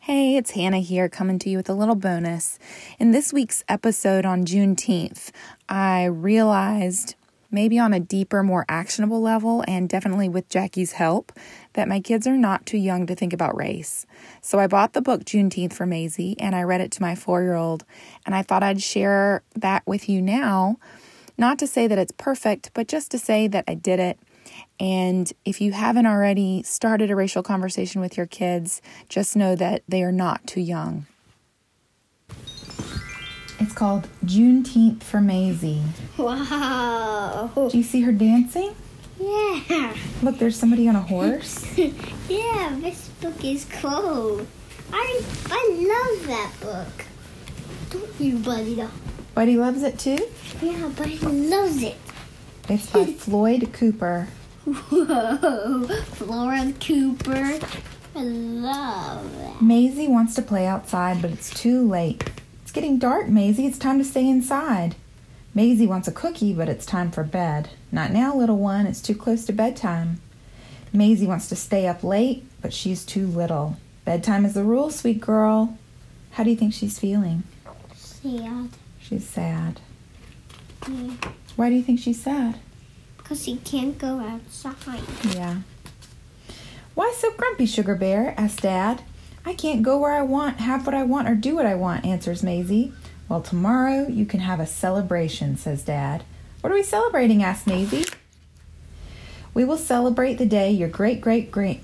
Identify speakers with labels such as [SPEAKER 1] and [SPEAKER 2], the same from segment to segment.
[SPEAKER 1] Hey, it's Hannah here coming to you with a little bonus. In this week's episode on Juneteenth, I realized, maybe on a deeper, more actionable level, and definitely with Jackie's help, that my kids are not too young to think about race. So I bought the book Juneteenth for Maisie and I read it to my four year old, and I thought I'd share that with you now. Not to say that it's perfect, but just to say that I did it. And if you haven't already started a racial conversation with your kids, just know that they are not too young. It's called Juneteenth for Maisie.
[SPEAKER 2] Wow.
[SPEAKER 1] Do you see her dancing?
[SPEAKER 2] Yeah.
[SPEAKER 1] Look, there's somebody on a horse.
[SPEAKER 2] yeah, this book is cool. I I love that book. Don't you, buddy? though?
[SPEAKER 1] Buddy loves it too.
[SPEAKER 2] Yeah, buddy loves it.
[SPEAKER 1] It's by Floyd Cooper.
[SPEAKER 2] Whoa. Flora Cooper. I love that.
[SPEAKER 1] Maisie wants to play outside, but it's too late. It's getting dark, Maisie. It's time to stay inside. Maisie wants a cookie, but it's time for bed. Not now, little one. It's too close to bedtime. Maisie wants to stay up late, but she's too little. Bedtime is the rule, sweet girl. How do you think she's feeling?
[SPEAKER 2] See ya.
[SPEAKER 1] She's sad. Why do you think she's sad?
[SPEAKER 2] Because he can't go outside.
[SPEAKER 1] Yeah. Why so grumpy, Sugar Bear? asked Dad. I can't go where I want, have what I want, or do what I want, answers Maisie. Well, tomorrow you can have a celebration, says Dad. What are we celebrating? asked Maisie. We will celebrate the day your great great great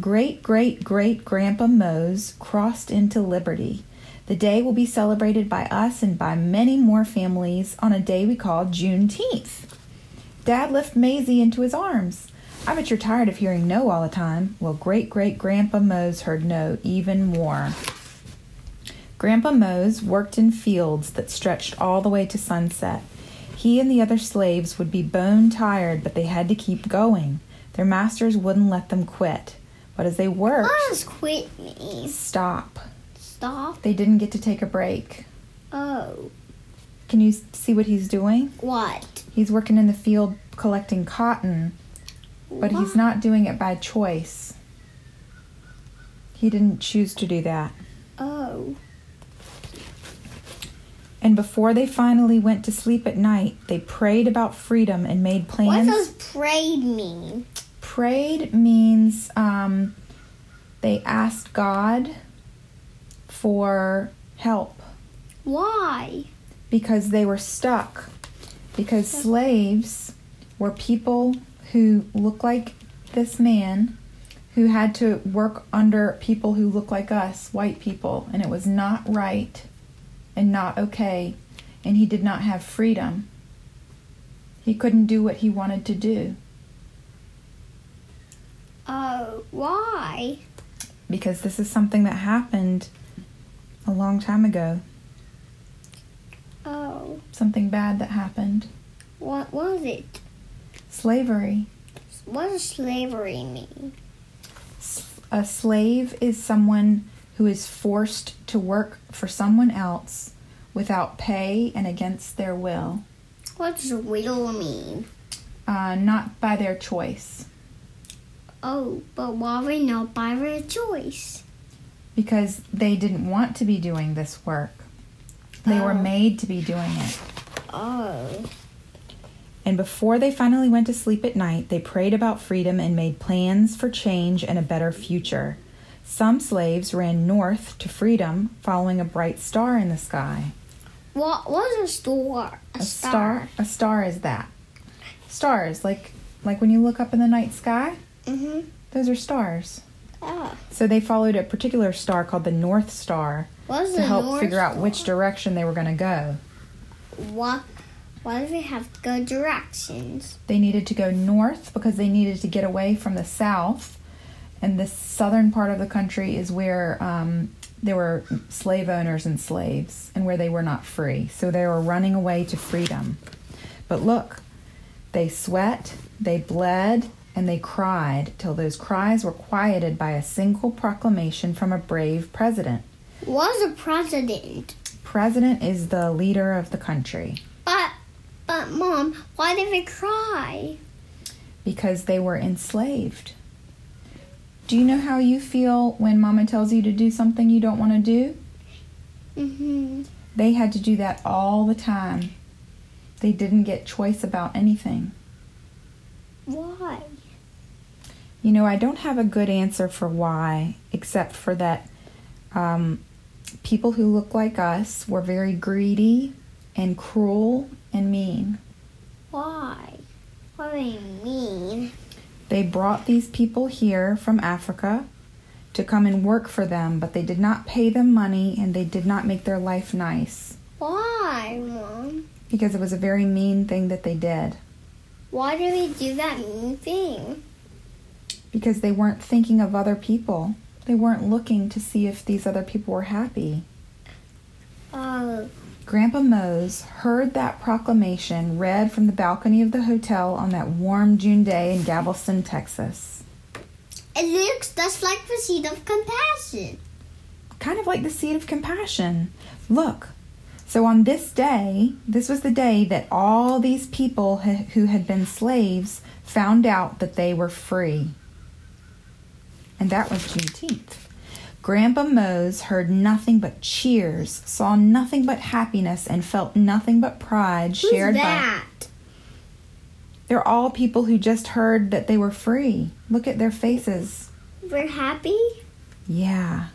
[SPEAKER 1] great great great grandpa Mose crossed into liberty. The day will be celebrated by us and by many more families on a day we call Juneteenth. Dad lifted Maisie into his arms. I bet you're tired of hearing no all the time. Well, great great grandpa Mose heard no even more. Grandpa Mose worked in fields that stretched all the way to sunset. He and the other slaves would be bone tired, but they had to keep going. Their masters wouldn't let them quit. But as they worked,
[SPEAKER 2] Just quit me.
[SPEAKER 1] stop.
[SPEAKER 2] Oh, Stop.
[SPEAKER 1] They didn't get to take a break.
[SPEAKER 2] Oh.
[SPEAKER 1] Can you s- see what he's doing?
[SPEAKER 2] What?
[SPEAKER 1] He's working in the field collecting cotton, but he's not doing it by choice. He didn't choose to do that.
[SPEAKER 2] Oh.
[SPEAKER 1] And before they finally went to sleep at night, they prayed about freedom and made
[SPEAKER 2] What
[SPEAKER 1] plans.
[SPEAKER 2] does prayed mean?
[SPEAKER 1] Prayed means um, they asked God for help
[SPEAKER 2] Why?
[SPEAKER 1] because they were stuck. Because slaves were people who looked like this man who had to work under people who look like us, white people, and it was not right and not okay, and he did not have freedom. He couldn't do what he wanted to do
[SPEAKER 2] Oh, why?
[SPEAKER 1] because this is something that happened a long time ago,
[SPEAKER 2] Oh,
[SPEAKER 1] something bad that happened.
[SPEAKER 2] what was it?
[SPEAKER 1] Slavery.
[SPEAKER 2] What does slavery mean?
[SPEAKER 1] A slave is someone who is forced to work for someone else without pay and against their will,
[SPEAKER 2] What does will mean?
[SPEAKER 1] uh, not by their choice.
[SPEAKER 2] Oh, but why we not by their choice?
[SPEAKER 1] Because they didn't want to be doing this work, they were
[SPEAKER 2] Oh.
[SPEAKER 1] made to be doing it.
[SPEAKER 2] Oh,
[SPEAKER 1] And before they finally went to sleep at night, they prayed about freedom and made plans for change and a better future. Some slaves ran north to freedom, following a bright star in the sky.
[SPEAKER 2] what was a star?
[SPEAKER 1] A star, a star is that. Stars, like like when you look up in the night sky,
[SPEAKER 2] Mm-hmm.
[SPEAKER 1] those are stars.
[SPEAKER 2] Oh,
[SPEAKER 1] So they followed a particular star called the North Star
[SPEAKER 2] what is
[SPEAKER 1] to
[SPEAKER 2] the
[SPEAKER 1] help
[SPEAKER 2] north?
[SPEAKER 1] figure out which direction they were going to go.
[SPEAKER 2] What? Why do they have good directions?
[SPEAKER 1] They needed to go north because they needed to get away from the south. And the southern part of the country is where um, there were slave owners and slaves and where they were not free. So they were running away to freedom. But look, they sweat, they bled, and they cried till those cries were quieted by a single proclamation from a brave president.
[SPEAKER 2] Was a president?
[SPEAKER 1] President is the leader of the country.
[SPEAKER 2] But, but mom, why did they cry?
[SPEAKER 1] because they were enslaved. Do you know how you feel when mama tells you to do something you don't want to do?
[SPEAKER 2] Mm-hmm.
[SPEAKER 1] They had to do that all the time. They didn't get choice about anything.
[SPEAKER 2] Why?
[SPEAKER 1] You know, I don't have a good answer for why, except for that um, people who look like us were very greedy and cruel and mean.
[SPEAKER 2] Why? What do you mean?
[SPEAKER 1] They brought these people here from Africa to come and work for them, but they did not pay them money and they did not make their life nice
[SPEAKER 2] Why, Mom?
[SPEAKER 1] because it was a very mean thing that they did
[SPEAKER 2] Why do we do that mean thing?
[SPEAKER 1] because they weren't thinking of other people. They weren't looking to see if these other people were happy.
[SPEAKER 2] Oh,
[SPEAKER 1] Grandpa Mose heard that proclamation read from the balcony of the hotel on that warm June day in Galveston, Texas.
[SPEAKER 2] it looks just like the seed of compassion.
[SPEAKER 1] Kind of like the seed of compassion. Look, so on this day, this was the day that all these people ha- who had been slaves found out that they were free. And that was Juneteenth. Grandpa Mose heard nothing but cheers, saw nothing but happiness, and felt nothing but pride
[SPEAKER 2] Who's
[SPEAKER 1] shared by.
[SPEAKER 2] that?
[SPEAKER 1] They're all people who just heard that they were free. Look at their faces.
[SPEAKER 2] We're happy?
[SPEAKER 1] Yeah,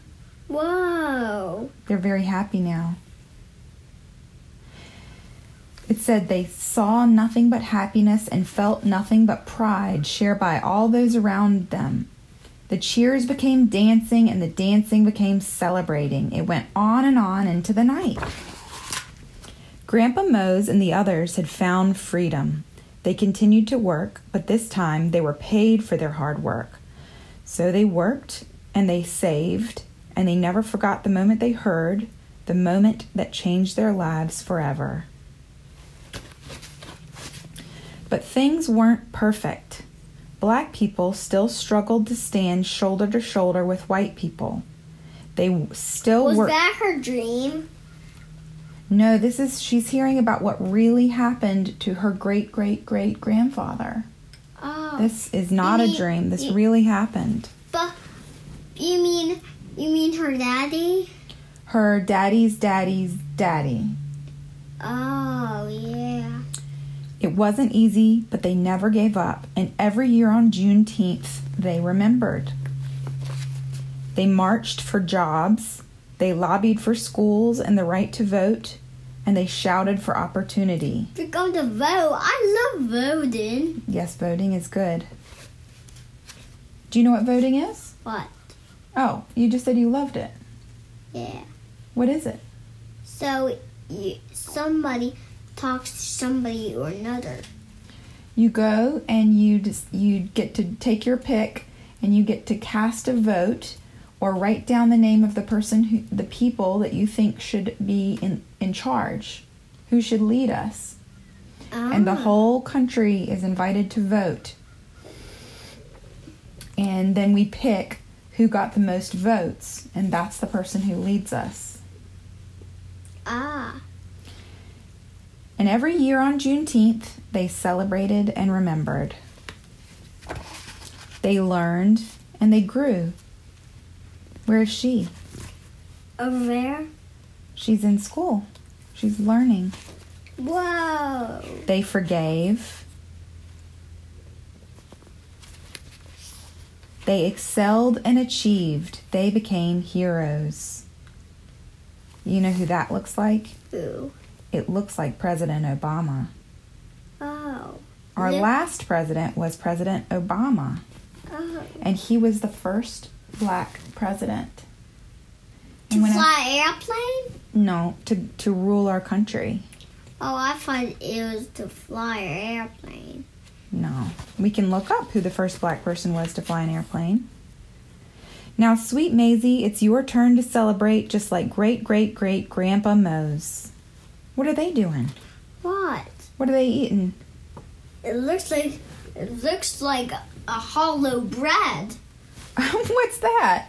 [SPEAKER 2] Whoa.
[SPEAKER 1] they're very happy now. It said they saw nothing but happiness and felt nothing but pride shared by all those around them. The cheers became dancing and the dancing became celebrating. It went on and on into the night. Grandpa Mose and the others had found freedom. They continued to work, but this time they were paid for their hard work. So they worked and they saved, and they never forgot the moment they heard, the moment that changed their lives forever. But things weren't perfect. Black people still struggled to stand shoulder to shoulder with white people. They w- still
[SPEAKER 2] Was
[SPEAKER 1] Oh, were.
[SPEAKER 2] that her dream?
[SPEAKER 1] No, this is she's hearing about what really happened to her great great great grandfather.
[SPEAKER 2] Oh.
[SPEAKER 1] This is not a
[SPEAKER 2] mean-
[SPEAKER 1] dream. This
[SPEAKER 2] you-
[SPEAKER 1] really happened.
[SPEAKER 2] but you mean you mean her daddy?
[SPEAKER 1] Her daddy's daddy's daddy.
[SPEAKER 2] Oh yeah.
[SPEAKER 1] It wasn't easy, but they never gave up, and every year on Juneteenth, they remembered. They marched for jobs, they lobbied for schools and the right to vote, and they shouted for opportunity.
[SPEAKER 2] We're going to vote. I love voting.
[SPEAKER 1] Yes, voting is good. Do you know what voting is?
[SPEAKER 2] What?
[SPEAKER 1] Oh, you just said you loved it.
[SPEAKER 2] Yeah.
[SPEAKER 1] What is it?
[SPEAKER 2] So you, somebody talks to somebody or another.
[SPEAKER 1] You go and you just, you get to take your pick and you get to cast a vote or write down the name of the person who the people that you think should be in in charge, who should lead us. And the
[SPEAKER 2] Ah.
[SPEAKER 1] whole country is invited to vote. And then we pick who got the most votes, and that's the person who leads us.
[SPEAKER 2] ah.
[SPEAKER 1] And every year on Juneteenth, they celebrated and remembered. They learned and they grew. Where is she?
[SPEAKER 2] Over there.
[SPEAKER 1] She's in school. She's learning.
[SPEAKER 2] Whoa.
[SPEAKER 1] They forgave. They excelled and achieved. They became heroes. You know who that looks like?
[SPEAKER 2] Ooh.
[SPEAKER 1] It looks like President Obama.
[SPEAKER 2] Oh.
[SPEAKER 1] Our
[SPEAKER 2] Look-
[SPEAKER 1] last president was President Obama.
[SPEAKER 2] Oh.
[SPEAKER 1] and he was the first black president.
[SPEAKER 2] To
[SPEAKER 1] And when I-
[SPEAKER 2] fly airplane?
[SPEAKER 1] no, to to rule our country.
[SPEAKER 2] Oh, I thought it was to fly an airplane.
[SPEAKER 1] No, we can look up who the first black person was to fly an airplane. Now, sweet Maisie, it's your turn to celebrate, just like great great great grandpa Mose. What are they doing?
[SPEAKER 2] What?
[SPEAKER 1] What are they eating?
[SPEAKER 2] It looks like it looks like a hollow bread.
[SPEAKER 1] What's that?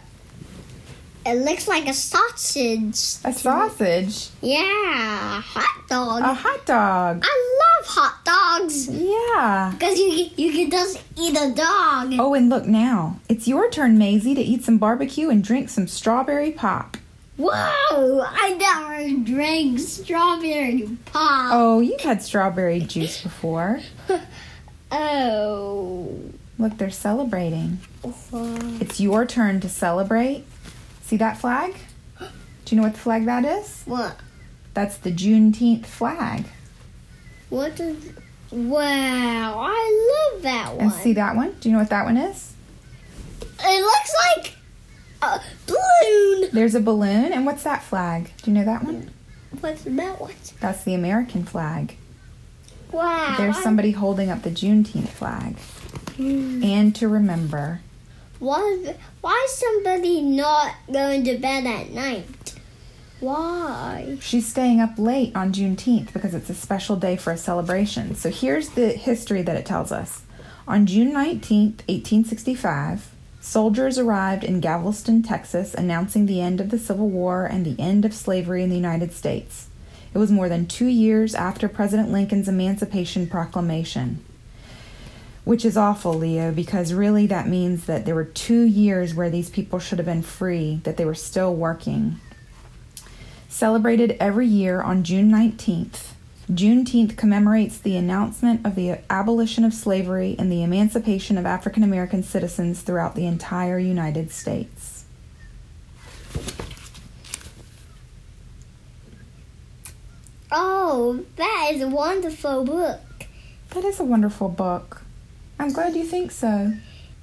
[SPEAKER 2] It looks like a sausage.
[SPEAKER 1] A sausage?
[SPEAKER 2] Yeah, hot dog.
[SPEAKER 1] A hot dog?
[SPEAKER 2] I love hot dogs
[SPEAKER 1] Yeah.
[SPEAKER 2] because you you can just eat a dog.
[SPEAKER 1] Oh, and look now. It's your turn, Maisie, to eat some barbecue and drink some strawberry pop.
[SPEAKER 2] Whoa! I never drank strawberry pop.
[SPEAKER 1] Oh, you've had strawberry juice before.
[SPEAKER 2] Oh.
[SPEAKER 1] Look, they're celebrating.
[SPEAKER 2] Wow.
[SPEAKER 1] It's your turn to celebrate. See that flag? Do you know what the flag that is?
[SPEAKER 2] What?
[SPEAKER 1] That's the Juneteenth flag.
[SPEAKER 2] What is? Wow! I love that
[SPEAKER 1] And
[SPEAKER 2] one.
[SPEAKER 1] see that one? Do you know what that one is?
[SPEAKER 2] It looks like a balloon.
[SPEAKER 1] There's a balloon, and what's that flag? Do you know that one?
[SPEAKER 2] What's that one?
[SPEAKER 1] That's the American flag.
[SPEAKER 2] Wow!
[SPEAKER 1] There's somebody holding up the Juneteenth flag.
[SPEAKER 2] Hmm.
[SPEAKER 1] And to remember.
[SPEAKER 2] Why? Why is somebody not going to bed at night? Why?
[SPEAKER 1] She's staying up late on Juneteenth because it's a special day for a celebration. So here's the history that it tells us. On June 19th, 1865, soldiers arrived in Galveston, Texas, announcing the end of the Civil War and the end of slavery in the United States. It was more than two years after President Lincoln's Emancipation Proclamation. Which is awful, Leo, because really that means that there were two years where these people should have been free, that they were still working celebrated every year on June 19th. Juneteenth commemorates the announcement of the abolition of slavery and the emancipation of African American citizens throughout the entire United States.
[SPEAKER 2] Oh, that is a wonderful book.
[SPEAKER 1] That is a wonderful book. I'm glad you think so.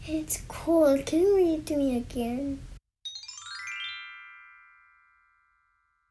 [SPEAKER 2] It's cool. Can you read it to me again?